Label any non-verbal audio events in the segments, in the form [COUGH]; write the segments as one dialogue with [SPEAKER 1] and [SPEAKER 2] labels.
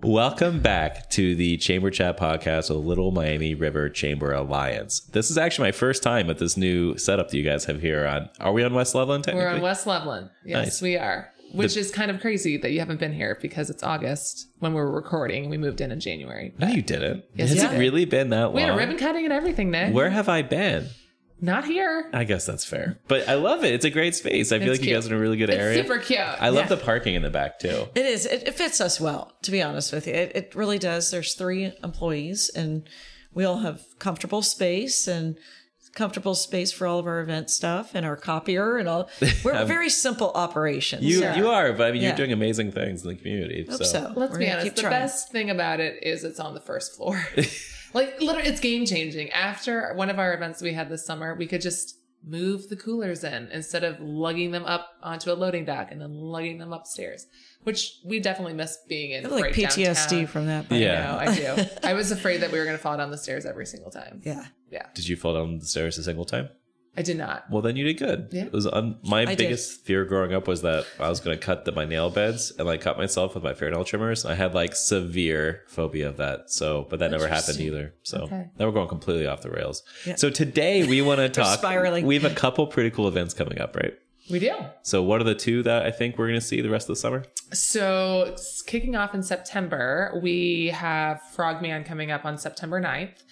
[SPEAKER 1] Welcome back to the Chamber Chat podcast of Little Miami River Chamber Alliance. This is actually my first time at this new setup that you guys have here on. Are we on West Loveland technically?
[SPEAKER 2] We're on West Loveland. Yes,
[SPEAKER 1] Nice.
[SPEAKER 2] we are. Which
[SPEAKER 1] The-
[SPEAKER 2] is kind of crazy that you haven't been here because it's August when we were recording. We moved in in January.
[SPEAKER 1] No, you didn't.
[SPEAKER 2] Yes,
[SPEAKER 1] Has
[SPEAKER 2] you
[SPEAKER 1] it
[SPEAKER 2] did.
[SPEAKER 1] really been that
[SPEAKER 2] We had
[SPEAKER 1] long?
[SPEAKER 2] a ribbon cutting and everything, Nick.
[SPEAKER 1] Where have I been?
[SPEAKER 2] Not here.
[SPEAKER 1] I guess that's fair. But I love it. It's a great space. I feel
[SPEAKER 2] It's
[SPEAKER 1] like you guys are
[SPEAKER 2] cute.
[SPEAKER 1] in a really good
[SPEAKER 2] It's
[SPEAKER 1] area.
[SPEAKER 2] super cute.
[SPEAKER 1] I love
[SPEAKER 3] Yeah.
[SPEAKER 1] the parking in the back too.
[SPEAKER 3] It is. It, it fits us well, to be honest with you. It, it really does. There's three employees, and we all have comfortable space and comfortable space for all of our event stuff and our copier
[SPEAKER 1] [LAUGHS]
[SPEAKER 3] and all. We're a very simple operations.
[SPEAKER 1] You
[SPEAKER 2] Sure.
[SPEAKER 1] you are, but I mean you're
[SPEAKER 3] Yeah.
[SPEAKER 1] doing amazing things in the community.
[SPEAKER 3] I hope so.
[SPEAKER 2] Let's
[SPEAKER 3] We're
[SPEAKER 2] be
[SPEAKER 3] gonna
[SPEAKER 2] honest.
[SPEAKER 3] keep
[SPEAKER 2] The
[SPEAKER 3] trying.
[SPEAKER 2] best thing about it is it's on the
[SPEAKER 1] [LAUGHS]
[SPEAKER 2] first floor. like literally, it's game changing. After one of our events we had this summer, we could just move the coolers in instead of lugging them up onto a loading dock and then lugging them upstairs, which we definitely miss being in.
[SPEAKER 3] I have like
[SPEAKER 2] right
[SPEAKER 3] PTSD
[SPEAKER 2] downtown.
[SPEAKER 3] from that.
[SPEAKER 1] Yeah.
[SPEAKER 2] I know, I do. I [LAUGHS] was afraid that we were going to fall down the stairs every single time.
[SPEAKER 3] Yeah.
[SPEAKER 1] Did you fall down the stairs a single time?
[SPEAKER 2] I did not.
[SPEAKER 1] Well, then you did good.
[SPEAKER 2] Yeah.
[SPEAKER 1] It was un- my
[SPEAKER 3] did.
[SPEAKER 1] biggest fear growing up was that I was going to cut the, my nail beds and like cut myself with my fair nail trimmers. I had like severe phobia of that. So, but that never happened
[SPEAKER 3] Interesting.
[SPEAKER 1] either. So
[SPEAKER 2] Okay.
[SPEAKER 1] now we're going completely off the rails.
[SPEAKER 3] Yeah.
[SPEAKER 1] So today
[SPEAKER 2] [LAUGHS]
[SPEAKER 1] we want to talk.
[SPEAKER 3] spiraling.
[SPEAKER 1] We have a couple pretty cool events coming up, right?
[SPEAKER 2] We do.
[SPEAKER 1] So what are the two that I think we're going to see the rest of the summer?
[SPEAKER 2] So, it's kicking off in September, we have Frogman coming up on September 9th.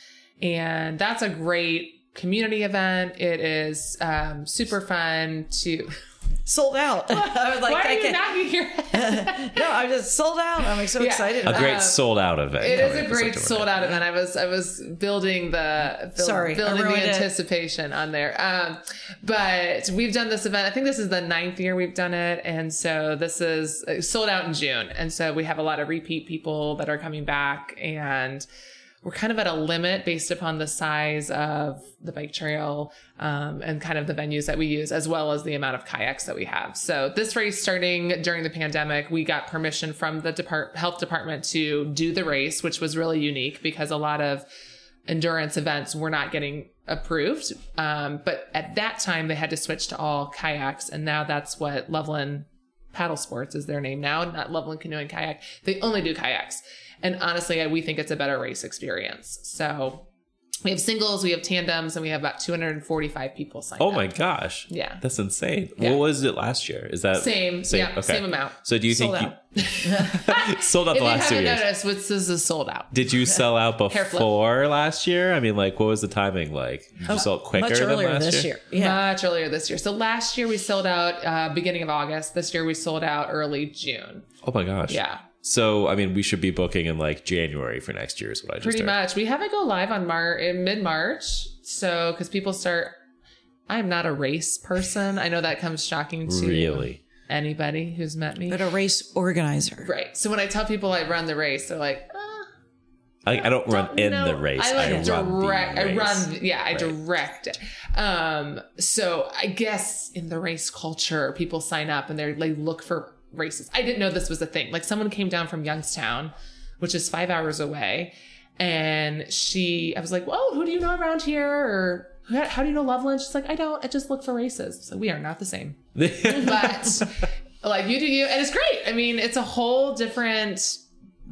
[SPEAKER 2] And that's a great community event. It is um, super fun to. [LAUGHS]
[SPEAKER 3] Sold out. [LAUGHS] I was like,
[SPEAKER 2] Why are
[SPEAKER 3] I
[SPEAKER 2] you
[SPEAKER 3] can't.
[SPEAKER 2] knocking
[SPEAKER 3] [LAUGHS]
[SPEAKER 2] your head?
[SPEAKER 3] no, I'm just sold out. I'm like so
[SPEAKER 2] Yeah.
[SPEAKER 3] excited.
[SPEAKER 1] A
[SPEAKER 3] About
[SPEAKER 1] great
[SPEAKER 2] Uh,
[SPEAKER 1] sold out event.
[SPEAKER 2] It is
[SPEAKER 1] coming
[SPEAKER 2] a
[SPEAKER 1] up
[SPEAKER 2] great
[SPEAKER 1] in September.
[SPEAKER 2] sold out event. I was I was building the build-
[SPEAKER 3] Sorry, I
[SPEAKER 2] building the
[SPEAKER 3] ruined it.
[SPEAKER 2] anticipation on there. Um, but we've done this event. I think this is the ninth year we've done it, and so this is it sold out in June, and so we have a lot of repeat people that are coming back and. We're kind of at a limit based upon the size of the bike trail um, and kind of the venues that we use, as well as the amount of kayaks that we have. So this race starting during the pandemic, we got permission from the depart- health department to do the race, which was really unique because a lot of endurance events were not getting approved. Um, but at that time, they had to switch to all kayaks, and now that's what Loveland Paddle Sports is their name now, not Loveland Canoe and Kayak. They only do kayaks, and honestly, I- we think it's a better race experience. So. We have singles, we have tandems, and we have about 245 people signed
[SPEAKER 1] Oh
[SPEAKER 2] up.
[SPEAKER 1] my gosh.
[SPEAKER 2] Yeah.
[SPEAKER 1] That's insane.
[SPEAKER 2] Yeah.
[SPEAKER 1] What was it last year? Is that
[SPEAKER 2] Same, yeah, same amount.
[SPEAKER 1] So do you
[SPEAKER 3] Sold
[SPEAKER 1] think
[SPEAKER 3] out.
[SPEAKER 2] [LAUGHS]
[SPEAKER 1] you [LAUGHS] sold out
[SPEAKER 2] If
[SPEAKER 1] the
[SPEAKER 2] you
[SPEAKER 1] last two
[SPEAKER 2] haven't
[SPEAKER 1] years?
[SPEAKER 2] noticed, this this is sold out.
[SPEAKER 1] Did
[SPEAKER 2] [LAUGHS]
[SPEAKER 1] you sell out
[SPEAKER 2] Hair flip.
[SPEAKER 1] before last year? I mean, like, what was the timing like? Did
[SPEAKER 2] Oh,
[SPEAKER 1] you sell out quicker
[SPEAKER 3] much earlier
[SPEAKER 1] than last
[SPEAKER 3] this year. Yeah.
[SPEAKER 2] Much earlier this year. So last year we sold out uh, beginning of August. This year we sold out early June.
[SPEAKER 1] Oh my gosh!
[SPEAKER 2] Yeah.
[SPEAKER 1] So I mean, we should be booking in like January for next year. Is what I just
[SPEAKER 2] Pretty
[SPEAKER 1] heard.
[SPEAKER 2] much. We have it go live on Mar- in mid March. So, because people start, I'm not a race person. I know that comes shocking to
[SPEAKER 1] Really?
[SPEAKER 2] anybody who's met me.
[SPEAKER 3] But a race organizer.
[SPEAKER 2] Right. So, when I tell people I run the race, they're like, "Uh,
[SPEAKER 1] I, I don't run in
[SPEAKER 2] know.
[SPEAKER 1] the race.
[SPEAKER 2] I,
[SPEAKER 1] I,
[SPEAKER 2] like
[SPEAKER 1] run the
[SPEAKER 2] direct. I
[SPEAKER 1] race.
[SPEAKER 2] run. th- Yeah, I
[SPEAKER 1] Right.
[SPEAKER 2] direct it. Um, so I guess in the race culture, people sign up and they're they look for races. I didn't know this was a thing. Like someone came down from Youngstown, which is five hours away, and she, I was like, "Whoa, who do you know around here?" Or "How- how do you know Loveland? She's like, I don't. I just look for races. So we are not the same [LAUGHS] but like you do you and it's great i mean it's a whole different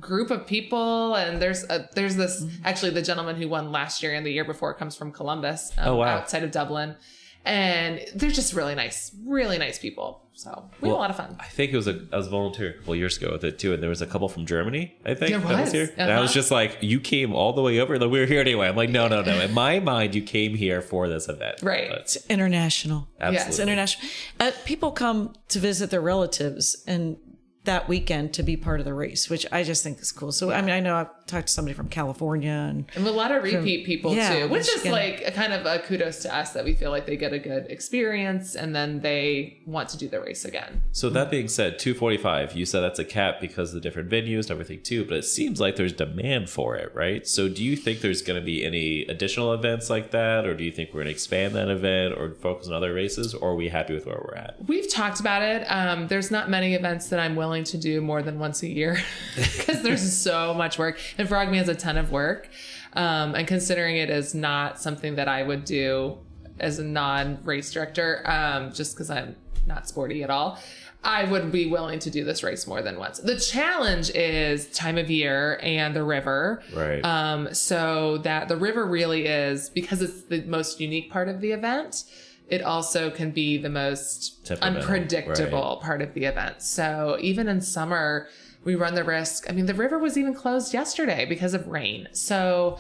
[SPEAKER 2] group of people and there's a, there's this
[SPEAKER 1] Mm-hmm.
[SPEAKER 2] actually the gentleman who won last year and the year before comes from columbus um,
[SPEAKER 1] Oh, wow.
[SPEAKER 2] outside of dublin and they're just really nice really nice people so we
[SPEAKER 1] Well,
[SPEAKER 2] had a lot of fun
[SPEAKER 1] [LAUGHS] I think it was a I was volunteering a couple years ago with it too, and there was a couple from Germany. I think
[SPEAKER 2] There
[SPEAKER 1] that
[SPEAKER 2] was.
[SPEAKER 1] here, and I was
[SPEAKER 2] Uh-huh.
[SPEAKER 1] just like, "You came all the way over, like we were here anyway." I'm like, "No, no, no." In my mind, you came here for this event,
[SPEAKER 2] Right.
[SPEAKER 1] But
[SPEAKER 3] It's international.
[SPEAKER 1] absolutely,
[SPEAKER 3] It's international. Uh, people come to visit their relatives and that weekend to be part of the race, which I just think is cool. So, I mean, I know I've talked to somebody from California and
[SPEAKER 2] and a lot of repeat people
[SPEAKER 3] yeah,
[SPEAKER 2] too which is
[SPEAKER 3] Michigan.
[SPEAKER 2] like a kind of a kudos to us that we feel like they get a good experience and then they want to do the race again
[SPEAKER 1] So that being said, 245, you said that's a cap because of the different venues and everything too, but it seems like there's demand for it, right? So do you think there's going to be any additional events like that or do you think we're going to expand that event or focus on other races or are we happy with where we're at?
[SPEAKER 2] We've talked about it. Um, there's not many events that I'm willing to do more than once a year [LAUGHS] because there's so much work, and Frogman is a ton of work. Um, and considering it is not something that I would do as a non race director, um, just because I'm not sporty at all, I would be willing to do this race more than once. The challenge is time of year and the river.
[SPEAKER 1] Right.
[SPEAKER 2] Um, so that the river really is, because it's the most unique part of the event, it also can be the most
[SPEAKER 1] Temperamental,
[SPEAKER 2] unpredictable part of the event. So even in summer, we run the risk. I mean, the river was even closed yesterday because of rain. So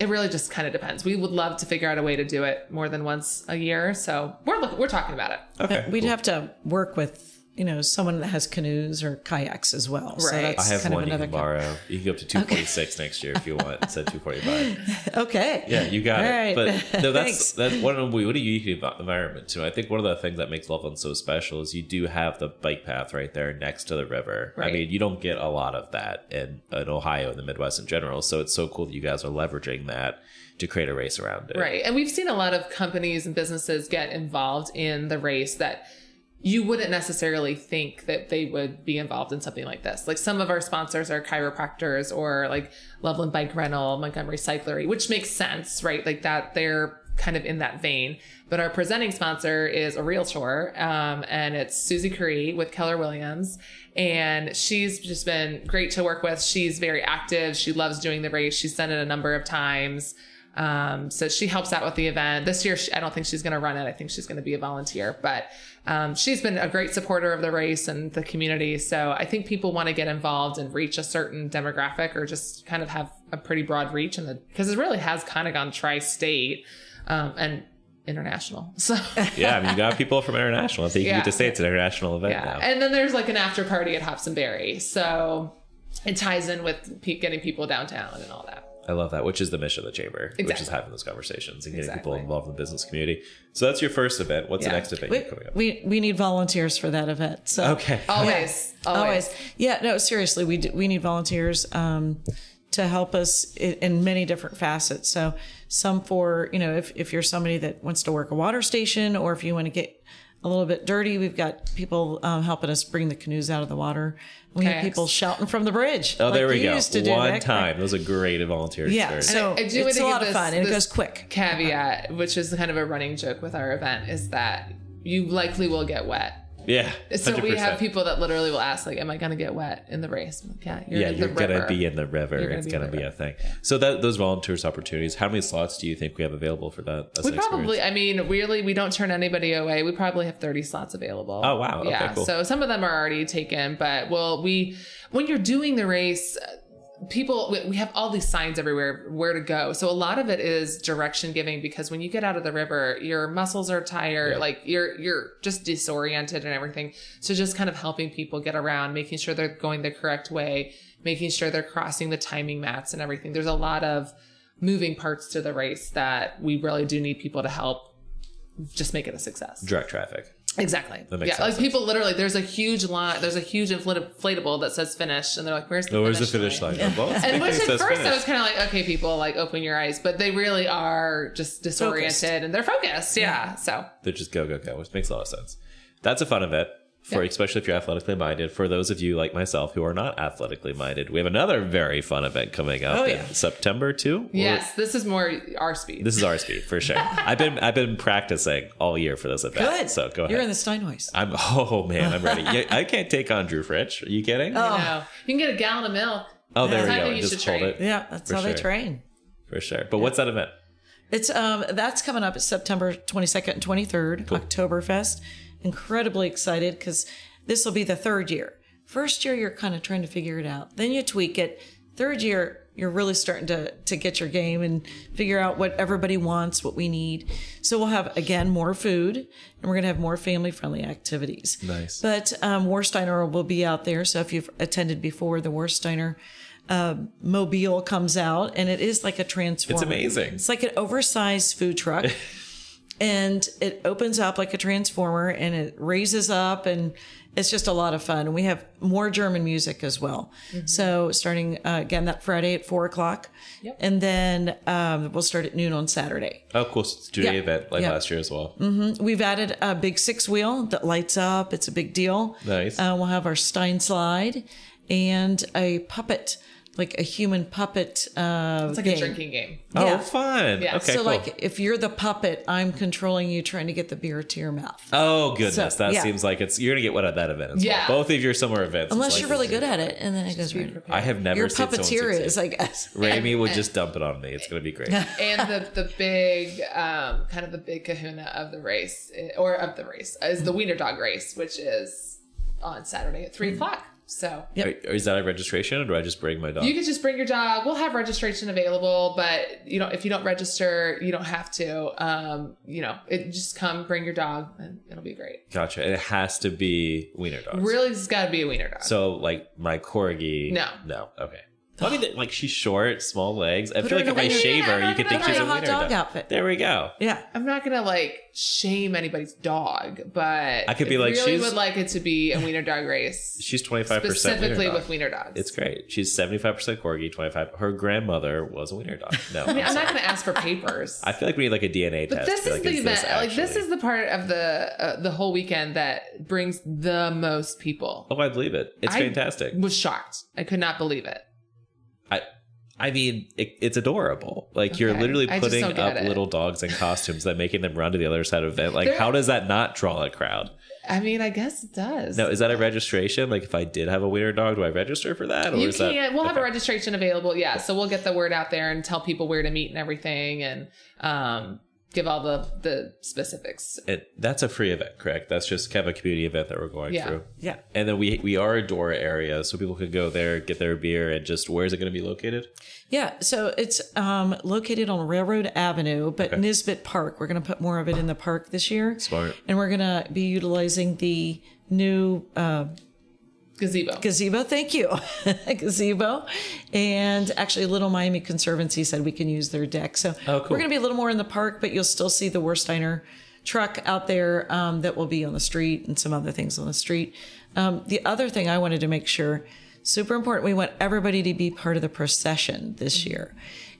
[SPEAKER 2] it really just kind of depends. We would love to figure out a way to do it more than once a year. So we're look, we're talking about it.
[SPEAKER 1] okay.
[SPEAKER 3] We'd
[SPEAKER 1] cool.
[SPEAKER 3] have to work with, you know, someone that has canoes or kayaks as well. So
[SPEAKER 2] Right.
[SPEAKER 1] I
[SPEAKER 3] that's
[SPEAKER 1] have
[SPEAKER 3] kind
[SPEAKER 1] one
[SPEAKER 3] of
[SPEAKER 1] you
[SPEAKER 3] another
[SPEAKER 1] can borrow. You can go up to 246 next year if you want instead of 245.
[SPEAKER 3] Okay.
[SPEAKER 2] [LAUGHS]
[SPEAKER 1] Yeah, you got
[SPEAKER 3] All
[SPEAKER 1] it.
[SPEAKER 3] right.
[SPEAKER 1] But
[SPEAKER 3] [LAUGHS]
[SPEAKER 1] no, that's
[SPEAKER 3] Thanks.
[SPEAKER 1] that's one of the what a unique env- environment too. I think one of the things that makes Loveland so special is you do have the bike path right there next to the river. I
[SPEAKER 2] Right.
[SPEAKER 1] mean, you don't get a lot of that in, in Ohio and the Midwest in general. So it's so cool that you guys are leveraging that to create a race around it.
[SPEAKER 2] Right. And we've seen a lot of companies and businesses get involved in the race that you wouldn't necessarily think that they would be involved in something like this. Like some of our sponsors are chiropractors or like Loveland Bike Rental, Montgomery Cyclery, which makes sense, right? Like that they're kind of in that vein. But our presenting sponsor is a realtor, um, and it's Susie Curry with Keller Williams. And she's just been great to work with. She's very active. She loves doing the race. She's done it a number of times. Um, so she helps out with the event. This year, she, I don't think she's going to run it. I think she's going to be a volunteer, but um, she's been a great supporter of the race and the community. So I think people want to get involved and reach a certain demographic or just kind of have a pretty broad reach. And because it really has kind of gone tri state um, and international. [LAUGHS] So
[SPEAKER 1] Yeah, I mean, you got people from international. I think you
[SPEAKER 2] Yeah.
[SPEAKER 1] get to say it's an international event
[SPEAKER 2] yeah.
[SPEAKER 1] now.
[SPEAKER 2] And then there's like an after party at Hops and Berry. So it ties in with pe- getting people downtown and all that.
[SPEAKER 1] I love that, which is the mission of the chamber, which is
[SPEAKER 2] Exactly.
[SPEAKER 1] having those conversations and getting people
[SPEAKER 2] Exactly.
[SPEAKER 1] involved in the business community. So that's your first event. What's the
[SPEAKER 2] Yeah.
[SPEAKER 1] next event
[SPEAKER 3] We,
[SPEAKER 1] you're coming up?
[SPEAKER 3] we we need volunteers for that event. So
[SPEAKER 1] okay.
[SPEAKER 2] Oh, Always, always.
[SPEAKER 3] always. Oh, Yeah, no, seriously, we do, we need volunteers um, to help us in, in many different facets. So some for you know if if you're somebody that wants to work a water station or if you want to get a little bit dirty, we've got people um, helping us bring the canoes out of the water. We have
[SPEAKER 2] Kayaks.
[SPEAKER 3] people shouting from the bridge.
[SPEAKER 1] Oh, there
[SPEAKER 3] like
[SPEAKER 1] we
[SPEAKER 3] you
[SPEAKER 1] go.
[SPEAKER 3] Used to do
[SPEAKER 1] One
[SPEAKER 3] back-
[SPEAKER 1] time. It was a great volunteer
[SPEAKER 3] Yeah,
[SPEAKER 1] experience.
[SPEAKER 3] so
[SPEAKER 2] I do want
[SPEAKER 3] it's
[SPEAKER 2] to
[SPEAKER 3] a
[SPEAKER 2] give
[SPEAKER 3] lot of
[SPEAKER 2] this-
[SPEAKER 3] fun and it
[SPEAKER 2] this-
[SPEAKER 3] goes quick.
[SPEAKER 2] caveat, which is kind of a running joke with our event, is that you likely will get wet.
[SPEAKER 1] yeah.
[SPEAKER 2] So we
[SPEAKER 1] 100%.
[SPEAKER 2] have people that literally will ask, like, "Am I going to get wet in the race?" I'm like, yeah, you're
[SPEAKER 1] Yeah,
[SPEAKER 2] in
[SPEAKER 1] you're
[SPEAKER 2] the
[SPEAKER 1] gonna
[SPEAKER 2] river.
[SPEAKER 1] be in the river.
[SPEAKER 2] You're gonna
[SPEAKER 1] it's
[SPEAKER 2] be in
[SPEAKER 1] gonna
[SPEAKER 2] the
[SPEAKER 1] be a thing. So that those volunteers opportunities. How many slots do you think we have available for that? as
[SPEAKER 2] we
[SPEAKER 1] an experience?
[SPEAKER 2] probably, I mean, really, we don't turn anybody away. We probably have 30 slots available.
[SPEAKER 1] Oh, wow. Okay,
[SPEAKER 2] yeah.
[SPEAKER 1] cool.
[SPEAKER 2] So some of them are already taken, but well, we, when you're doing the race, people we- we have all these signs everywhere where to go so a lot of it is direction giving because when you get out of the river your muscles are tired
[SPEAKER 1] Yeah.
[SPEAKER 2] like you're you're just disoriented and everything so just kind of helping people get around making sure they're going the correct way making sure they're crossing the timing mats and everything there's a lot of moving parts to the race that we really do need people to help just make it a success
[SPEAKER 1] direct traffic.
[SPEAKER 2] exactly
[SPEAKER 1] That makes
[SPEAKER 2] yeah
[SPEAKER 1] sense.
[SPEAKER 2] like people literally there's a huge line there's a huge inflat- inflatable that says finish and they're like where's the
[SPEAKER 1] Oh,
[SPEAKER 2] finish
[SPEAKER 1] where's the finish line? Oh, well,
[SPEAKER 2] and which
[SPEAKER 1] it
[SPEAKER 2] at
[SPEAKER 1] says
[SPEAKER 2] first I
[SPEAKER 1] finish.
[SPEAKER 2] was kind of like, okay, people, like open your eyes, but they really are just disoriented
[SPEAKER 3] Focused.
[SPEAKER 2] and they're focused. Yeah. So
[SPEAKER 1] They're just go go go, which makes a lot of sense. That's a fun event for especially if you're athletically minded. For those of you like myself who are not athletically minded, we have another very fun event coming up
[SPEAKER 3] Oh,
[SPEAKER 1] in
[SPEAKER 3] yeah.
[SPEAKER 1] September too. Or-
[SPEAKER 2] yes, this is more our speed.
[SPEAKER 1] This is our speed for
[SPEAKER 3] [LAUGHS]
[SPEAKER 1] sure. I've been I've been practicing all year for this event.
[SPEAKER 3] Good.
[SPEAKER 1] So go ahead.
[SPEAKER 3] You're in the Steinways.
[SPEAKER 1] I'm oh man, I'm
[SPEAKER 3] [LAUGHS]
[SPEAKER 1] ready. Yeah, I can't take on Drew Fritsch. Are you kidding?
[SPEAKER 2] you,
[SPEAKER 3] Oh,
[SPEAKER 2] know, you can get a gallon of milk.
[SPEAKER 1] Oh, there
[SPEAKER 2] That's
[SPEAKER 1] we
[SPEAKER 2] how
[SPEAKER 1] go.
[SPEAKER 2] you
[SPEAKER 1] Just
[SPEAKER 2] should
[SPEAKER 1] hold
[SPEAKER 2] train.
[SPEAKER 1] it
[SPEAKER 3] Yeah, that's
[SPEAKER 1] For
[SPEAKER 3] how they
[SPEAKER 1] sure.
[SPEAKER 3] train.
[SPEAKER 1] for sure. But what's that event?
[SPEAKER 3] It's um that's coming up. It's September 22nd and 23rd, Oktoberfest. Incredibly excited because this will be the third year. First year you're kind of trying to figure it out. Then you tweak it. Third year you're really starting to to get your game and figure out what everybody wants, what we need. So we'll have again more food and we're gonna have more family friendly activities.
[SPEAKER 1] Nice.
[SPEAKER 3] But um, Warsteiner will be out there. So if you've attended before, the Warsteiner mobile comes out and it is like a transformer.
[SPEAKER 1] amazing.
[SPEAKER 3] It's like an oversized food
[SPEAKER 1] [LAUGHS]
[SPEAKER 3] truck. and it opens up like a transformer and it raises up and it's just a lot of fun. And we have more German music as well.
[SPEAKER 2] Mm-hmm.
[SPEAKER 3] So starting uh, again that Friday at four o'clock. And then um, we'll start at noon on Saturday.
[SPEAKER 1] Oh, cool. So it's a two-day
[SPEAKER 3] Yeah.
[SPEAKER 1] event like
[SPEAKER 3] Yeah. Mm-hmm.
[SPEAKER 1] last year as well.
[SPEAKER 3] We've added a big six wheel that lights up. It's a big deal.
[SPEAKER 1] Nice.
[SPEAKER 3] Uh, we'll have our Stein slide and a puppet like a human puppet. Uh,
[SPEAKER 2] It's like
[SPEAKER 3] game.
[SPEAKER 2] a drinking game.
[SPEAKER 1] Oh,
[SPEAKER 3] Yeah.
[SPEAKER 1] fun.
[SPEAKER 2] Yeah,
[SPEAKER 1] Okay,
[SPEAKER 3] so
[SPEAKER 1] cool.
[SPEAKER 3] like if you're the puppet, I'm controlling you, trying to get the beer to your mouth.
[SPEAKER 1] oh goodness, that
[SPEAKER 3] yeah.
[SPEAKER 1] seems like it's you're gonna get one at that event. As
[SPEAKER 2] Yeah.
[SPEAKER 1] well. both of your summer events.
[SPEAKER 3] Unless
[SPEAKER 1] it's
[SPEAKER 3] you're
[SPEAKER 1] like-
[SPEAKER 3] really good at it, and then it goes right.
[SPEAKER 1] I have never
[SPEAKER 3] Your
[SPEAKER 1] seen someone
[SPEAKER 3] puppeteer
[SPEAKER 1] succeed.
[SPEAKER 3] is, I guess.
[SPEAKER 1] Raimi would just dump it on me. It's gonna be
[SPEAKER 3] [LAUGHS]
[SPEAKER 1] great.
[SPEAKER 2] and the the big um, kind of the big kahuna of the race eh, or of the race is the wiener dog race which is on saturday at
[SPEAKER 1] Hmm.
[SPEAKER 2] three o'clock so
[SPEAKER 3] Yep.
[SPEAKER 1] Are- Is that a registration, or do I just bring my dog?
[SPEAKER 2] you can just bring your dog we'll have registration available but you know if you don't register you don't have to um, you know it, just come bring your dog and it'll be great
[SPEAKER 1] gotcha. And it has to be wiener dogs.
[SPEAKER 2] really just got to be a wiener dog
[SPEAKER 1] So like my corgi.
[SPEAKER 2] No.
[SPEAKER 1] No. Okay. Well, I mean, like she's short, small legs. I feel
[SPEAKER 3] her
[SPEAKER 1] like if
[SPEAKER 3] in a
[SPEAKER 1] I
[SPEAKER 3] wiener-
[SPEAKER 1] shave her,
[SPEAKER 2] yeah,
[SPEAKER 1] you could
[SPEAKER 2] no,
[SPEAKER 1] think
[SPEAKER 2] no,
[SPEAKER 1] she's
[SPEAKER 2] no,
[SPEAKER 1] a
[SPEAKER 2] no,
[SPEAKER 1] wiener
[SPEAKER 3] hot dog
[SPEAKER 1] dog.
[SPEAKER 3] outfit.
[SPEAKER 1] There we go.
[SPEAKER 3] Yeah.
[SPEAKER 2] I'm not gonna like shame anybody's dog, but
[SPEAKER 1] I could be like,
[SPEAKER 2] really
[SPEAKER 1] she's-
[SPEAKER 2] would like it to be a wiener dog race,
[SPEAKER 1] [LAUGHS] She's twenty five percent
[SPEAKER 2] specifically with wiener dogs.
[SPEAKER 1] It's great. She's seventy five percent corgi, twenty five. Her grandmother was a wiener dog. No,
[SPEAKER 2] [LAUGHS] I mean,
[SPEAKER 1] I'm
[SPEAKER 2] I'm
[SPEAKER 1] sorry.
[SPEAKER 2] not going to ask for papers.
[SPEAKER 1] [LAUGHS] I feel like we need like a DNA
[SPEAKER 2] but
[SPEAKER 1] test.
[SPEAKER 2] this
[SPEAKER 1] to be
[SPEAKER 2] is the event. like this
[SPEAKER 1] actually-
[SPEAKER 2] is the part of the uh, the whole weekend that brings the most people.
[SPEAKER 1] Oh, I believe it. It's
[SPEAKER 2] I-
[SPEAKER 1] fantastic.
[SPEAKER 2] Was shocked. I could not believe it.
[SPEAKER 1] I mean, it, it's adorable. Like you're
[SPEAKER 2] Okay.
[SPEAKER 1] literally
[SPEAKER 2] I just
[SPEAKER 1] putting
[SPEAKER 2] don't get
[SPEAKER 1] up
[SPEAKER 2] it.
[SPEAKER 1] little dogs in costumes, then making them run to the other side of the event. Like,
[SPEAKER 2] There-
[SPEAKER 1] how does that not draw a crowd?
[SPEAKER 2] I mean, I guess it does.
[SPEAKER 1] Now, is that a registration? Like, if I did have a wiener dog, do I register for that? Or
[SPEAKER 2] you
[SPEAKER 1] is
[SPEAKER 2] can't.
[SPEAKER 1] That,
[SPEAKER 2] we'll have a
[SPEAKER 1] okay.
[SPEAKER 2] registration available. Yeah, so we'll get the word out there and tell people where to meet and everything, and um, give all the the specifics.
[SPEAKER 1] And that's a free event, correct? That's just kind of a community event that we're going
[SPEAKER 2] Yeah.
[SPEAKER 1] through.
[SPEAKER 3] Yeah.
[SPEAKER 1] And then we we are a Dora area, so people could go there, get their beer, and just where is it going to be located?
[SPEAKER 3] Yeah, so it's um, located on Railroad Avenue, but Nisbet Park. We're going to put more of it in the park this year.
[SPEAKER 1] Smart.
[SPEAKER 3] And we're going to be utilizing the new uh,
[SPEAKER 2] Gazebo.
[SPEAKER 3] gazebo. Thank you, [LAUGHS] gazebo. And actually, Little Miami Conservancy said we can use their deck. So
[SPEAKER 1] Oh, cool.
[SPEAKER 3] we're going to be a little more in the park, but you'll still see the Wersteiner truck out there um, that will be on the street and some other things on the street. Um, the other thing I wanted to make sure super important we want everybody to be part of the procession this year.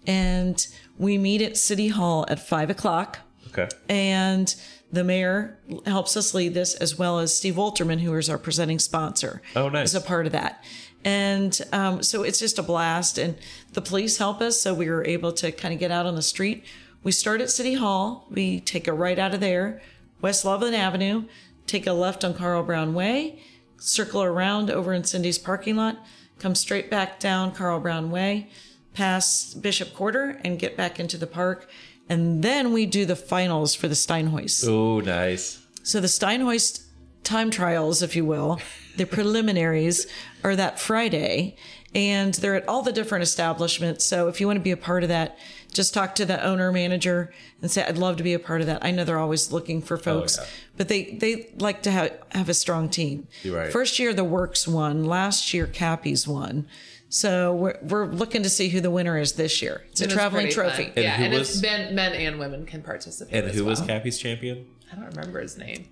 [SPEAKER 3] And we meet at City Hall at five o'clock
[SPEAKER 1] Okay.
[SPEAKER 3] and the mayor helps us lead this as well as steve wolterman who is our presenting sponsor
[SPEAKER 1] Oh, nice.
[SPEAKER 3] is a part of that and um, so it's just a blast and the police help us so we were able to kind of get out on the street we start at city hall we take a right out of there west loveland avenue take a left on carl brown way circle around over in cindy's parking lot come straight back down carl brown way past bishop quarter and get back into the park and then we do the finals for the Steinhoist.
[SPEAKER 1] Oh, nice.
[SPEAKER 3] So the Steinhoist time trials, if you will,
[SPEAKER 1] [LAUGHS]
[SPEAKER 3] the preliminaries are that Friday, and they're at all the different establishments. So if you want to be a part of that, just talk to the owner manager and say, "I'd love to be a part of that." I know they're always looking for folks,
[SPEAKER 1] Oh, yeah.
[SPEAKER 3] but they they like to have have a strong team.
[SPEAKER 1] You're right.
[SPEAKER 3] First year the Works won, last year Cappy's won. So we're, we're looking to see who the winner is this year. It's a
[SPEAKER 2] It was
[SPEAKER 3] traveling
[SPEAKER 2] pretty
[SPEAKER 3] trophy.
[SPEAKER 2] fun.
[SPEAKER 1] And
[SPEAKER 2] yeah,
[SPEAKER 1] who
[SPEAKER 2] and
[SPEAKER 1] was-
[SPEAKER 2] it's men, men and women can participate.
[SPEAKER 1] And
[SPEAKER 2] as
[SPEAKER 1] who was
[SPEAKER 2] well.
[SPEAKER 1] Cappy's champion?
[SPEAKER 2] I don't remember his name.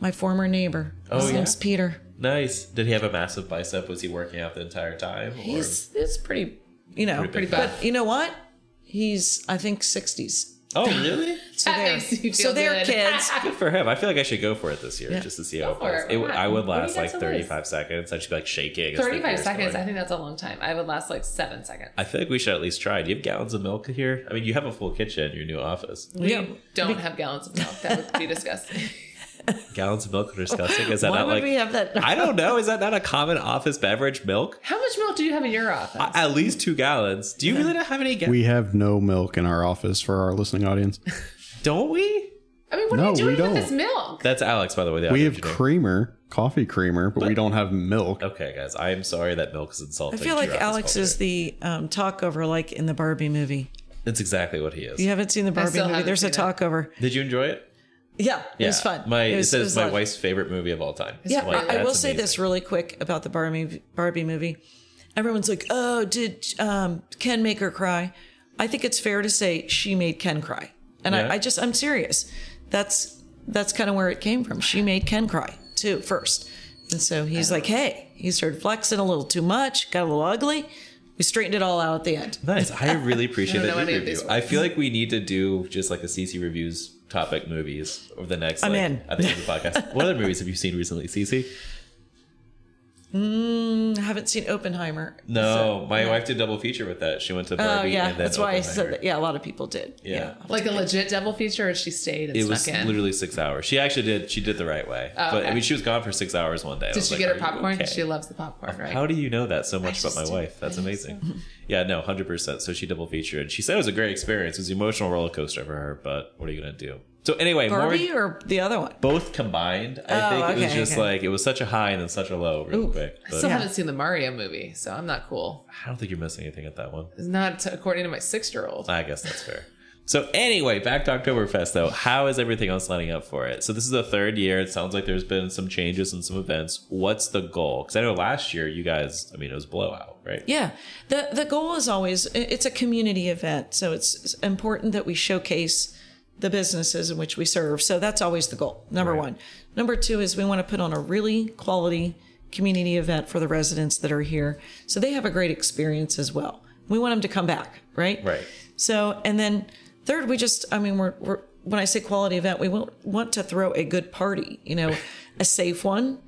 [SPEAKER 3] My former neighbor.
[SPEAKER 1] Oh,
[SPEAKER 3] His
[SPEAKER 1] yeah.
[SPEAKER 3] name's Peter.
[SPEAKER 1] Nice. Did he have a massive bicep? Was he working out the entire time? Or?
[SPEAKER 3] He's it's pretty, you know,
[SPEAKER 1] Pretty
[SPEAKER 3] pretty
[SPEAKER 1] big.
[SPEAKER 3] bad. But you know what? He's I think sixties.
[SPEAKER 1] oh, really?
[SPEAKER 3] So
[SPEAKER 2] That
[SPEAKER 3] there,
[SPEAKER 2] makes you feel
[SPEAKER 3] so there,
[SPEAKER 2] good. [LAUGHS]
[SPEAKER 3] kids.
[SPEAKER 1] Good for him. I feel like I should go for it this year
[SPEAKER 3] Yeah.
[SPEAKER 1] just to see how it
[SPEAKER 2] for
[SPEAKER 1] goes.
[SPEAKER 2] it.
[SPEAKER 1] It,
[SPEAKER 2] Why not?
[SPEAKER 1] I would
[SPEAKER 2] What do you
[SPEAKER 1] last
[SPEAKER 2] got
[SPEAKER 1] like
[SPEAKER 2] to lose?
[SPEAKER 1] 35 seconds. I'd just be like shaking. as the
[SPEAKER 2] 35
[SPEAKER 1] beer's
[SPEAKER 2] seconds.
[SPEAKER 1] going.
[SPEAKER 2] I think that's a long time. I would last like seven seconds.
[SPEAKER 1] I feel like we should at least try. Do you have gallons of milk here? I mean, you have a full kitchen in your new office.
[SPEAKER 2] We
[SPEAKER 3] Yeah.
[SPEAKER 2] don't have gallons of milk. That would be disgusting. [LAUGHS]
[SPEAKER 1] Gallons of milk are disgusting. Is that
[SPEAKER 3] Why
[SPEAKER 1] not
[SPEAKER 3] would
[SPEAKER 1] like?
[SPEAKER 3] we have that?
[SPEAKER 1] I don't know. Is that not a common office beverage? Milk?
[SPEAKER 2] How much milk do you have in your office?
[SPEAKER 1] A- At least two gallons. Do you really not have any? Ga-
[SPEAKER 4] We have no milk in our office for our listening audience.
[SPEAKER 1] don't we?
[SPEAKER 2] I mean, what
[SPEAKER 4] No,
[SPEAKER 2] are you doing
[SPEAKER 4] we
[SPEAKER 2] with
[SPEAKER 4] don't.
[SPEAKER 2] this milk?
[SPEAKER 1] That's Alex, by the way. the
[SPEAKER 4] We
[SPEAKER 1] audio
[SPEAKER 4] have
[SPEAKER 1] engineer.
[SPEAKER 4] creamer, coffee creamer, but, we don't have milk.
[SPEAKER 1] okay, guys. I am sorry that milk is
[SPEAKER 3] I
[SPEAKER 1] insulting.
[SPEAKER 3] feel
[SPEAKER 1] to
[SPEAKER 3] like
[SPEAKER 1] your office
[SPEAKER 3] Alex
[SPEAKER 1] culture.
[SPEAKER 3] is the um, talkover, like in the Barbie movie.
[SPEAKER 1] That's exactly what he is.
[SPEAKER 3] You haven't seen the Barbie
[SPEAKER 2] still
[SPEAKER 3] movie?
[SPEAKER 2] haven't
[SPEAKER 3] There's a
[SPEAKER 2] seen it.
[SPEAKER 3] talkover.
[SPEAKER 1] Did you enjoy it?
[SPEAKER 3] Yeah, it was fun.
[SPEAKER 1] My it,
[SPEAKER 3] was,
[SPEAKER 1] says
[SPEAKER 3] was
[SPEAKER 1] my
[SPEAKER 3] fun.
[SPEAKER 1] wife's favorite movie of all time.
[SPEAKER 3] Yeah,
[SPEAKER 1] Like,
[SPEAKER 3] I, I will
[SPEAKER 1] that's
[SPEAKER 3] say this
[SPEAKER 1] amazing.
[SPEAKER 3] really quick about the Barbie Barbie movie. Everyone's like, "Oh, did um, Ken make her cry?" I think it's fair to say she made Ken cry, and
[SPEAKER 1] Yeah.
[SPEAKER 3] I, I just I'm serious. That's that's kind of where it came from. She made Ken cry too first, and so he's like, "Hey," he started flexing a little too much, got a little ugly. We straightened it all out at the end.
[SPEAKER 1] Nice. I really
[SPEAKER 2] [LAUGHS]
[SPEAKER 1] appreciate
[SPEAKER 2] I don't know
[SPEAKER 1] that
[SPEAKER 2] any
[SPEAKER 1] you
[SPEAKER 2] of these
[SPEAKER 1] review. I feel like we need to do just like a CC reviews topic movies over the next.
[SPEAKER 3] I'm
[SPEAKER 1] like,
[SPEAKER 3] in.
[SPEAKER 1] At the end of the podcast, what other movies have you seen recently, CC?
[SPEAKER 3] Mm, I haven't seen Oppenheimer.
[SPEAKER 1] No,
[SPEAKER 3] So-
[SPEAKER 1] my wife did double feature with that. She went to
[SPEAKER 3] Oh
[SPEAKER 1] Barbie
[SPEAKER 3] yeah,
[SPEAKER 1] and then
[SPEAKER 3] that's why I said
[SPEAKER 1] Oppenheimer.
[SPEAKER 3] that. Yeah, a lot of people did.
[SPEAKER 1] Yeah.
[SPEAKER 2] Like a legit double feature, or she stayed and
[SPEAKER 1] It
[SPEAKER 2] snuck
[SPEAKER 1] was
[SPEAKER 2] in.
[SPEAKER 1] literally six hours. She actually did. She did the right way.
[SPEAKER 2] Oh,
[SPEAKER 1] But I
[SPEAKER 2] okay.
[SPEAKER 1] mean, she was gone for six hours one day. I
[SPEAKER 2] Did
[SPEAKER 1] was
[SPEAKER 2] she
[SPEAKER 1] like,
[SPEAKER 2] get
[SPEAKER 1] "Are
[SPEAKER 2] her
[SPEAKER 1] you
[SPEAKER 2] popcorn?
[SPEAKER 1] okay?"
[SPEAKER 2] She loves the popcorn, right?
[SPEAKER 1] How do you know that so much about
[SPEAKER 2] just
[SPEAKER 1] my
[SPEAKER 2] do.
[SPEAKER 1] wife? That's
[SPEAKER 2] I just
[SPEAKER 1] amazing. [LAUGHS] Yeah, no, hundred percent. So she double featured, and she said it was a great experience. It was an emotional roller coaster for her, but what are you gonna do? So anyway,
[SPEAKER 3] Barbie
[SPEAKER 1] more
[SPEAKER 3] or the other one?
[SPEAKER 1] both combined, I
[SPEAKER 3] Oh,
[SPEAKER 1] think it was
[SPEAKER 3] okay,
[SPEAKER 1] just
[SPEAKER 3] okay.
[SPEAKER 1] like it was such a high and then such a low, real
[SPEAKER 3] Ooh.
[SPEAKER 1] quick.
[SPEAKER 2] I
[SPEAKER 1] But
[SPEAKER 2] still
[SPEAKER 3] Yeah.
[SPEAKER 2] haven't seen the Mario movie, so I'm not cool.
[SPEAKER 1] I don't think you're missing anything at that one.
[SPEAKER 2] It's not according to my six year old.
[SPEAKER 1] I guess that's fair. So anyway, back to Oktoberfest though. How is everything else lining up for it? So this is the third year. It sounds like there's been some changes and some events. What's the goal? Because I know last year you guys, I mean, it was blowout, right?
[SPEAKER 3] Yeah. The the goal is always i- it's a community event, so it's it's important that we showcase the businesses in which we serve. So that's always the goal. Number
[SPEAKER 1] Right.
[SPEAKER 3] 1. Number 2 is we want to put on a really quality community event for the residents that are here so they have a great experience as well. We want them to come back, right?
[SPEAKER 1] Right.
[SPEAKER 3] So, and then third, we just, I mean, we're, we're when I say quality event, we won't want to throw a good party, you know, a safe one,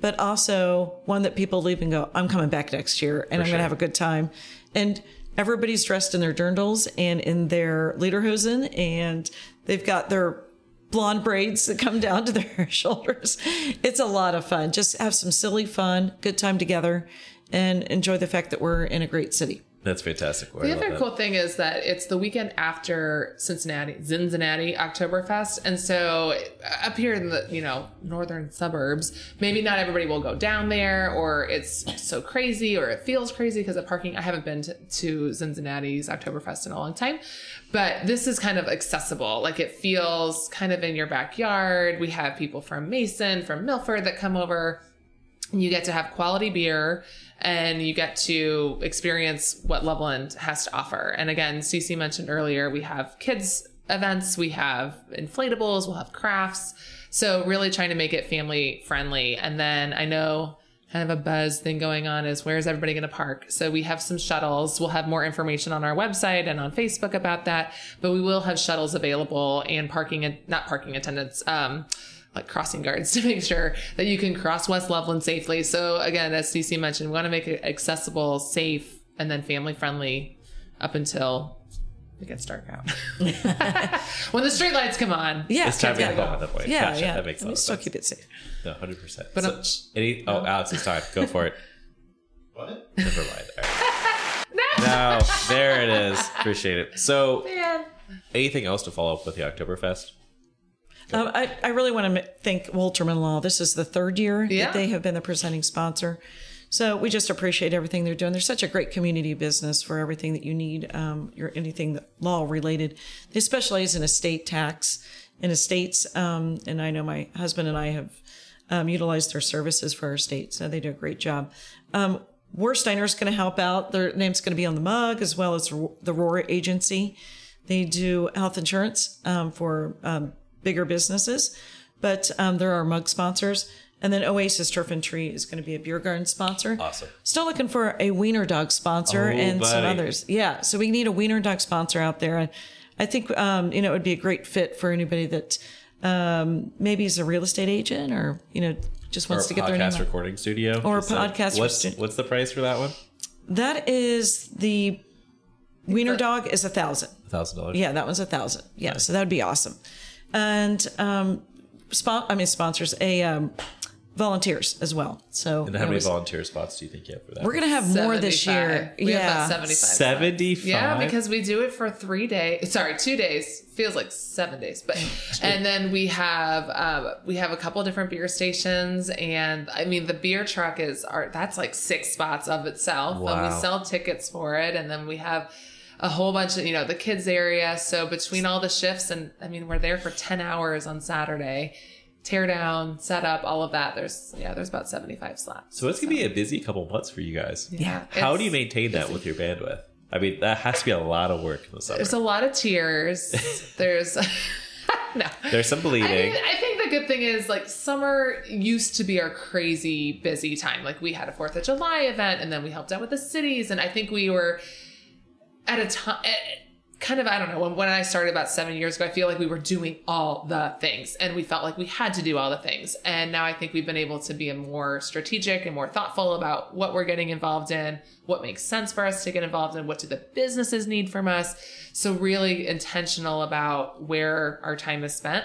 [SPEAKER 3] but also one that people leave and go, I'm coming back next year and I'm going
[SPEAKER 1] sure.
[SPEAKER 3] to have a good time. And everybody's dressed in their dirndls and in their lederhosen and they've got their blonde braids that come down to their [LAUGHS] shoulders. It's a lot of fun. Just have some silly fun, good time together and enjoy the fact that we're in a great city.
[SPEAKER 1] That's fantastic. I
[SPEAKER 2] The
[SPEAKER 1] love
[SPEAKER 2] other
[SPEAKER 1] that.
[SPEAKER 2] cool thing is that it's the weekend after Cincinnati, Cincinnati Oktoberfest, and so uh, up here in the you know northern suburbs, maybe not everybody will go down there, or it's so crazy, or it feels crazy because of parking. I haven't been to, to Cincinnati's Oktoberfest in a long time, but this is kind of accessible. Like it feels kind of in your backyard. We have people from Mason, from Milford that come over you get to have quality beer and you get to experience what Loveland has to offer. And again, Cece mentioned earlier, we have kids events, we have inflatables, we'll have crafts. So really trying to make it family friendly. And then I know kind of a buzz thing going on is where is everybody going to park? So we have some shuttles. We'll have more information on our website and on Facebook about that, but we will have shuttles available and parking and not parking attendants. Um, like crossing guards [LAUGHS] to make sure that you can cross West Loveland safely. So again, as CC mentioned, we want to make it accessible, safe, and then family friendly up until it gets dark
[SPEAKER 3] [LAUGHS]
[SPEAKER 2] out. [LAUGHS] when the street lights come on.
[SPEAKER 3] Yeah.
[SPEAKER 1] It's time to
[SPEAKER 3] yeah.
[SPEAKER 1] get home at that point.
[SPEAKER 3] Yeah,
[SPEAKER 1] Gotcha.
[SPEAKER 3] yeah.
[SPEAKER 1] That makes a
[SPEAKER 3] we
[SPEAKER 1] lot of
[SPEAKER 3] still
[SPEAKER 1] sense.
[SPEAKER 3] keep it safe.
[SPEAKER 1] No, hundred percent.
[SPEAKER 2] But,
[SPEAKER 1] So,
[SPEAKER 2] um,
[SPEAKER 1] any? Oh, Alex, it's time. Go
[SPEAKER 3] [LAUGHS]
[SPEAKER 1] for it.
[SPEAKER 4] What?
[SPEAKER 1] Never mind. All right. no, there it is. Appreciate it. So,
[SPEAKER 2] Man.
[SPEAKER 1] anything else to follow up with the Oktoberfest?
[SPEAKER 3] Um, I, I really want to thank Wolterman Law. This is the third year
[SPEAKER 2] Yeah.
[SPEAKER 3] that they have been the presenting sponsor. So we just appreciate everything they're doing. They're such a great community business for everything that you need, um, your anything that law related. They specialize in estate tax and estates. Um, and I know my husband and I have um, utilized their services for our estate, so they do a great job. Um, Warsteiner is going to help out. Their name's going to be on the mug as well as the Roar Agency. They do health insurance um, for um, bigger businesses, but um, there are mug sponsors. And then Oasis Turf and Tree is going to be a beer garden sponsor.
[SPEAKER 1] Awesome.
[SPEAKER 3] Still looking for a wiener dog sponsor
[SPEAKER 1] Oh,
[SPEAKER 3] and some
[SPEAKER 1] buddy.
[SPEAKER 3] others. Yeah, so we need a wiener dog sponsor out there. And I think um, you know it would be a great fit for anybody that um, maybe is a real estate agent or you know just
[SPEAKER 1] Or a
[SPEAKER 3] wants to get their name.
[SPEAKER 1] podcast
[SPEAKER 3] out.
[SPEAKER 1] recording studio?
[SPEAKER 3] Or a
[SPEAKER 1] Just, uh,
[SPEAKER 3] podcast
[SPEAKER 1] What's
[SPEAKER 3] stu-
[SPEAKER 1] what's the price for that one?
[SPEAKER 3] That is the wiener dog is a thousand.
[SPEAKER 1] thousand dollars.
[SPEAKER 3] Yeah, that one's a thousand. Yeah, so that would be awesome. And um, spon- I mean sponsors a um, volunteers as well. So
[SPEAKER 1] And how
[SPEAKER 3] it
[SPEAKER 1] many
[SPEAKER 3] was-
[SPEAKER 1] volunteer spots do you think you have for that?
[SPEAKER 3] we're gonna have more this year.
[SPEAKER 2] 75. We
[SPEAKER 3] yeah,
[SPEAKER 2] have about 75.
[SPEAKER 1] seventy-five.
[SPEAKER 2] Yeah, because we do it for three days. Sorry, two days. Feels like seven days,
[SPEAKER 1] [LAUGHS]
[SPEAKER 2] but and then we have um, we have a couple different beer stations, and I mean the beer truck is our that's like six spots of itself, and
[SPEAKER 1] Wow.
[SPEAKER 2] we sell tickets for it, and then we have a whole bunch of you know the kids area. So between all the shifts, and I mean we're there for ten hours on Saturday, tear down, set up, all of that. There's yeah, there's about seventy five slots.
[SPEAKER 1] so it's gonna be a busy couple months for you guys.
[SPEAKER 2] Yeah,
[SPEAKER 1] How
[SPEAKER 2] it's-
[SPEAKER 1] do you maintain that with your bandwidth? I mean, that has to be a lot of work in the summer.
[SPEAKER 2] There's a lot
[SPEAKER 1] [LAUGHS]
[SPEAKER 2] of tears. There's [LAUGHS] no.
[SPEAKER 1] There's some
[SPEAKER 2] I,
[SPEAKER 1] bleeding.
[SPEAKER 2] mean, I think the good thing is like summer used to be our crazy busy time. Like we had a Fourth of July event, and then we helped out with the cities, and I think we were at a time. eh, kind of I don't know when, when I started about seven years ago I feel like we were doing all the things and we felt like we had to do all the things and now I think we've been able to be more strategic and more thoughtful about what we're getting involved in what makes sense for us to get involved in what do the businesses need from us so really intentional about where our time is spent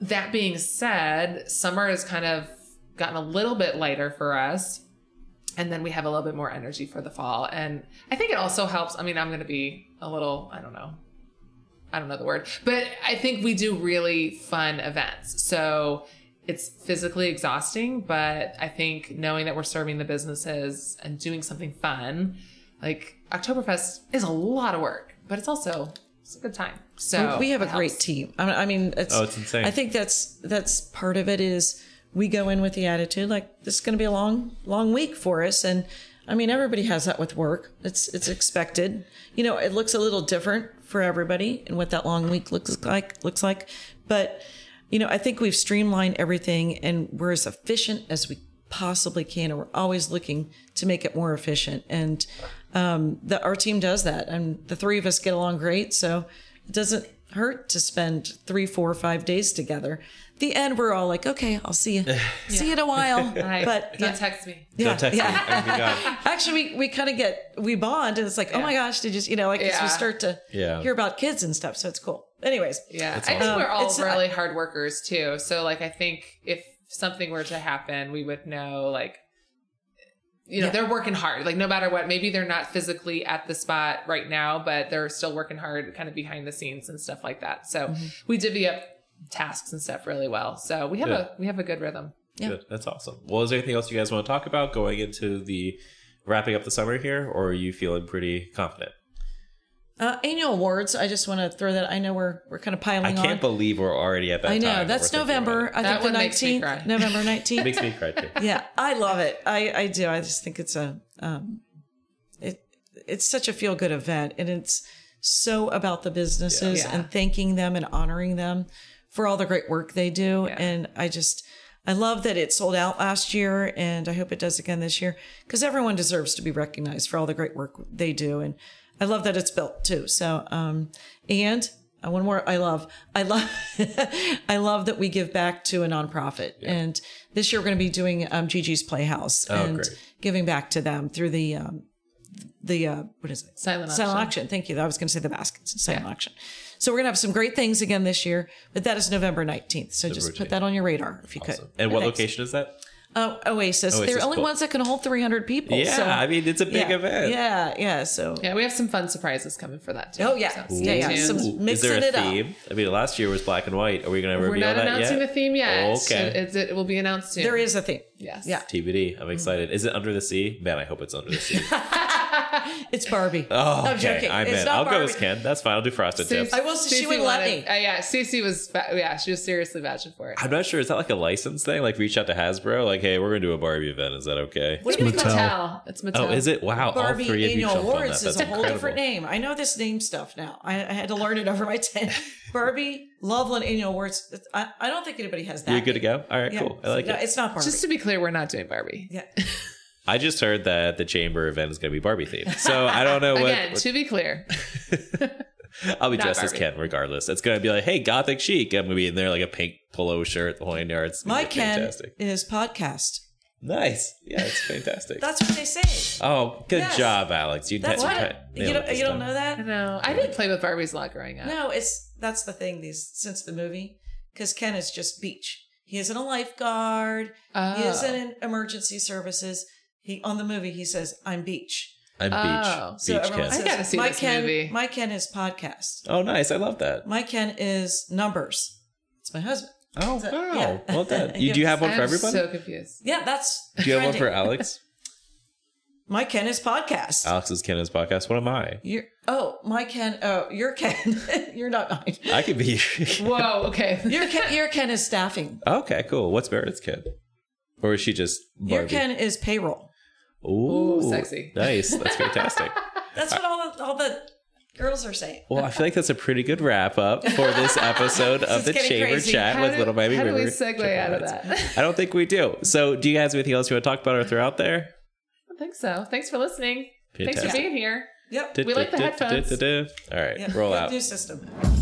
[SPEAKER 2] that being said summer has kind of gotten a little bit lighter for us and then we have a little bit more energy for the fall and i think it also helps i mean i'm going to be a little i don't know i don't know the word but i think we do really fun events so it's physically exhausting but i think knowing that we're serving the businesses and doing something fun like oktoberfest is a lot of work but it's also it's a good time so
[SPEAKER 3] we have a
[SPEAKER 2] it
[SPEAKER 3] great
[SPEAKER 2] Oh. helps.
[SPEAKER 3] team. I mean- I mean, it's,
[SPEAKER 1] Oh, it's insane.
[SPEAKER 3] I think that's that's part of it is we go in with the attitude like this is going to be a long long week for us, and I mean everybody has that with work. It's it's expected. You know, it looks a little different for everybody, and what that long week looks like looks like, but you know, I think we've streamlined everything and we're as efficient as we possibly can. And we're always looking to make it more efficient. And um, the, our team does that. And the three of us get along great. So it doesn't hurt to spend three, four, five days together. At the end, we're all like, okay, I'll see you.
[SPEAKER 1] [SIGHS]
[SPEAKER 3] See you in
[SPEAKER 2] [LAUGHS]
[SPEAKER 3] a while.
[SPEAKER 2] Hi,
[SPEAKER 3] but
[SPEAKER 2] don't
[SPEAKER 3] yeah,
[SPEAKER 2] text me
[SPEAKER 1] Don't text
[SPEAKER 3] yeah.
[SPEAKER 1] me. Oh my God.
[SPEAKER 3] Actually, we, we kind of get, we bond and it's like, oh my gosh, did you, you know, like 'cause
[SPEAKER 2] Yeah.
[SPEAKER 3] we start to
[SPEAKER 1] Yeah.
[SPEAKER 3] hear about kids and stuff. So it's cool. Anyways.
[SPEAKER 2] Yeah,
[SPEAKER 1] That's
[SPEAKER 2] I think
[SPEAKER 1] awesome.
[SPEAKER 2] we're all
[SPEAKER 3] It's- uh,
[SPEAKER 2] really hard workers too. So like, I think if something were to happen, we would know like, you know,
[SPEAKER 3] Yeah.
[SPEAKER 2] they're working hard. Like no matter what, maybe they're not physically at the spot right now, but they're still working hard, kind of behind the scenes and stuff like that. So
[SPEAKER 3] Mm-hmm.
[SPEAKER 2] we divvy up tasks and stuff really well. So we have
[SPEAKER 1] Yeah.
[SPEAKER 2] a we have a good rhythm.
[SPEAKER 3] Yeah.
[SPEAKER 1] Good. That's awesome. Well, is there anything else you guys want to talk about going into the wrapping up the summer here, or are you feeling pretty confident?
[SPEAKER 3] Uh, annual awards. I just want to throw that. I know we're we're kind of piling
[SPEAKER 1] I
[SPEAKER 3] on.
[SPEAKER 1] can't believe we're already at that.
[SPEAKER 3] I know
[SPEAKER 1] time and
[SPEAKER 3] that's
[SPEAKER 1] we're thinking about
[SPEAKER 3] November.
[SPEAKER 1] it.
[SPEAKER 3] I
[SPEAKER 2] That
[SPEAKER 3] think the
[SPEAKER 2] one makes me
[SPEAKER 3] nineteenth,
[SPEAKER 2] cry.
[SPEAKER 3] November
[SPEAKER 1] It [LAUGHS]
[SPEAKER 3] nineteenth.
[SPEAKER 1] makes me cry too.
[SPEAKER 3] [LAUGHS] yeah, I love it. I I do. I just think it's a um, it it's such a feel good event, and it's so about the businesses
[SPEAKER 2] Yeah.
[SPEAKER 3] and thanking them and honoring them for all the great work they do.
[SPEAKER 2] Yeah.
[SPEAKER 3] And I just I love that it sold out last year, and I hope it does again this year because everyone deserves to be recognized for all the great work they do. And I love that it's built too. So um, and uh, one more I love. I love [LAUGHS] I love that we give back to a nonprofit. And this year we're going to be doing um, Gigi's Playhouse
[SPEAKER 2] Oh,
[SPEAKER 3] and
[SPEAKER 1] great.
[SPEAKER 3] giving back to them through the um, the uh, what is it?
[SPEAKER 2] Silent
[SPEAKER 3] silent
[SPEAKER 2] auction.
[SPEAKER 3] auction. Thank you. I was going to say the baskets. Silent auction. So we're going to have some great things again this year, but that is November 19th. So just put that on your radar if you
[SPEAKER 1] Awesome.
[SPEAKER 3] could.
[SPEAKER 1] And what
[SPEAKER 3] Thanks.
[SPEAKER 1] location is that?
[SPEAKER 3] Oh, Oasis. They're
[SPEAKER 1] Oasis
[SPEAKER 3] the only
[SPEAKER 1] Bowl.
[SPEAKER 3] ones that can hold 300 people.
[SPEAKER 1] Yeah,
[SPEAKER 3] Oh, so-
[SPEAKER 1] I mean it's a big
[SPEAKER 3] yeah,
[SPEAKER 1] event.
[SPEAKER 3] Yeah, yeah. So
[SPEAKER 2] Yeah, we have some fun surprises coming for that too.
[SPEAKER 3] Oh, yeah.
[SPEAKER 2] So
[SPEAKER 3] Yeah, yeah.
[SPEAKER 2] stay tuned.
[SPEAKER 3] Some-
[SPEAKER 1] Ooh, is
[SPEAKER 3] mixing
[SPEAKER 1] there a
[SPEAKER 3] it up.
[SPEAKER 1] theme? I mean, last year was black and white. Are we going to
[SPEAKER 2] We're
[SPEAKER 1] reveal
[SPEAKER 2] not
[SPEAKER 1] that
[SPEAKER 2] announcing
[SPEAKER 1] yet?
[SPEAKER 2] the theme yet. So
[SPEAKER 1] Okay.
[SPEAKER 2] it's, it will be announced soon.
[SPEAKER 3] there is a theme.
[SPEAKER 2] Yes.
[SPEAKER 3] Yeah.
[SPEAKER 1] TBD. I'm excited. Is it under the sea? Man, I hope it's under the
[SPEAKER 3] [LAUGHS]
[SPEAKER 1] sea.
[SPEAKER 3] It's Barbie.
[SPEAKER 1] Oh,
[SPEAKER 3] I'm
[SPEAKER 1] okay.
[SPEAKER 3] joking.
[SPEAKER 1] I'm
[SPEAKER 3] It's
[SPEAKER 1] in.
[SPEAKER 3] not
[SPEAKER 1] I'll go as
[SPEAKER 3] Barbie.
[SPEAKER 1] Ken. That's fine. I'll do frosted tips.
[SPEAKER 3] I will- she
[SPEAKER 2] Stacey
[SPEAKER 3] wouldn't let
[SPEAKER 2] wanted-
[SPEAKER 3] me.
[SPEAKER 2] Uh, yeah, Stacy was. va- Yeah, she was seriously vouching for it.
[SPEAKER 1] I'm not sure. Is that like a license thing? Like reach out to Hasbro? Like, hey, we're going to do a Barbie event. Is that okay?
[SPEAKER 3] What
[SPEAKER 2] It's
[SPEAKER 3] do you
[SPEAKER 2] Mattel.
[SPEAKER 3] think?
[SPEAKER 2] It's Mattel.
[SPEAKER 1] Oh, is it? Wow.
[SPEAKER 3] Barbie
[SPEAKER 1] all three of you
[SPEAKER 3] Annual
[SPEAKER 1] jumped
[SPEAKER 3] Awards
[SPEAKER 1] on that.
[SPEAKER 3] is
[SPEAKER 1] That's
[SPEAKER 3] a whole
[SPEAKER 1] incredible.
[SPEAKER 3] different name. I know this name stuff now. I, I had to learn it over
[SPEAKER 1] [LAUGHS]
[SPEAKER 3] my 10. Barbie Loveland Annual Awards. It's- I, I don't think anybody has that.
[SPEAKER 1] You good to go?
[SPEAKER 3] name.
[SPEAKER 1] All right,
[SPEAKER 3] Yeah.
[SPEAKER 1] cool. I like
[SPEAKER 3] no,
[SPEAKER 1] it.
[SPEAKER 3] It's not Barbie.
[SPEAKER 2] Just to be clear, we're not doing Barbie.
[SPEAKER 1] [LAUGHS]
[SPEAKER 3] yeah.
[SPEAKER 1] I just heard that the chamber event is going to be Barbie
[SPEAKER 3] [LAUGHS]
[SPEAKER 1] themed. So I don't know what.
[SPEAKER 2] Again,
[SPEAKER 1] what-
[SPEAKER 2] to be clear,
[SPEAKER 1] I'll be
[SPEAKER 2] not
[SPEAKER 1] dressed as
[SPEAKER 2] Barbie.
[SPEAKER 1] Ken regardless. It's going to be like, hey, gothic chic. I'm going to be in there like a pink polo shirt, the whole nine yards. It's gonna
[SPEAKER 3] My
[SPEAKER 1] be
[SPEAKER 3] Ken
[SPEAKER 1] Fantastic.
[SPEAKER 3] is podcast.
[SPEAKER 1] Nice. Yeah, it's fantastic.
[SPEAKER 3] That's what they say.
[SPEAKER 1] oh, good
[SPEAKER 3] Yes.
[SPEAKER 1] job, Alex. You
[SPEAKER 3] That's
[SPEAKER 1] you
[SPEAKER 3] what.
[SPEAKER 1] nailed
[SPEAKER 3] You
[SPEAKER 1] it
[SPEAKER 3] don't,
[SPEAKER 1] this
[SPEAKER 3] you don't
[SPEAKER 1] time.
[SPEAKER 3] know
[SPEAKER 2] I
[SPEAKER 3] that?
[SPEAKER 2] know I didn't play with Barbies a lot growing up.
[SPEAKER 3] No, it's that's the thing these since the movie because Ken is just beach. He isn't a lifeguard.
[SPEAKER 2] Oh.
[SPEAKER 3] He isn't in emergency services. He on the movie he says I'm beach.
[SPEAKER 1] I'm
[SPEAKER 2] Oh.
[SPEAKER 1] beach.
[SPEAKER 3] So
[SPEAKER 1] beach
[SPEAKER 3] everyone
[SPEAKER 1] Ken.
[SPEAKER 3] says,
[SPEAKER 2] I gotta see
[SPEAKER 3] my
[SPEAKER 2] this
[SPEAKER 3] Ken,
[SPEAKER 2] movie."
[SPEAKER 3] My Ken is podcast.
[SPEAKER 1] Oh, nice. I love
[SPEAKER 3] [LAUGHS]
[SPEAKER 1] that.
[SPEAKER 3] My Ken is numbers. It's my husband.
[SPEAKER 1] Oh,
[SPEAKER 3] So,
[SPEAKER 1] wow.
[SPEAKER 3] yeah.
[SPEAKER 1] Well done.
[SPEAKER 3] [LAUGHS]
[SPEAKER 1] You, do you
[SPEAKER 3] Yes.
[SPEAKER 1] have one for
[SPEAKER 2] I'm
[SPEAKER 1] everybody?
[SPEAKER 2] so confused.
[SPEAKER 3] Yeah, that's.
[SPEAKER 1] do you have one for
[SPEAKER 3] trending.
[SPEAKER 2] [LAUGHS]
[SPEAKER 1] Alex?
[SPEAKER 3] My Ken is podcast.
[SPEAKER 1] Alex's Ken's podcast. What am I?
[SPEAKER 3] You're, oh, my Ken. Oh, your Ken. [LAUGHS] you're not mine.
[SPEAKER 1] I could be. [LAUGHS]
[SPEAKER 2] Whoa. Okay. [LAUGHS]
[SPEAKER 3] Your Ken. Your Ken is staffing.
[SPEAKER 1] okay, cool. What's Meredith's Ken? Or is she just Barbie?
[SPEAKER 3] Your Ken is payroll.
[SPEAKER 1] Ooh,
[SPEAKER 2] Ooh, sexy.
[SPEAKER 1] Nice.
[SPEAKER 2] [LAUGHS]
[SPEAKER 1] That's fantastic.
[SPEAKER 3] That's what all the all the girls are saying.
[SPEAKER 1] well, I feel like that's a pretty good wrap up for this episode of
[SPEAKER 3] is
[SPEAKER 1] the
[SPEAKER 3] getting
[SPEAKER 1] Chamber
[SPEAKER 3] crazy.
[SPEAKER 1] Chat
[SPEAKER 2] How
[SPEAKER 1] with
[SPEAKER 2] do-
[SPEAKER 1] Little Baby
[SPEAKER 2] how do we
[SPEAKER 1] River.
[SPEAKER 2] segue out of
[SPEAKER 1] Chipmunks.
[SPEAKER 2] that?
[SPEAKER 1] I don't think we do. So, do you guys have anything else you want to talk about or throw out there?
[SPEAKER 2] I think so. Thanks for listening. Thanks for
[SPEAKER 1] Fantastic.
[SPEAKER 2] being here.
[SPEAKER 3] Yep.
[SPEAKER 2] We like the headphones.
[SPEAKER 1] All right,
[SPEAKER 3] Yep.
[SPEAKER 1] roll
[SPEAKER 3] Yep,
[SPEAKER 1] out.
[SPEAKER 3] New system.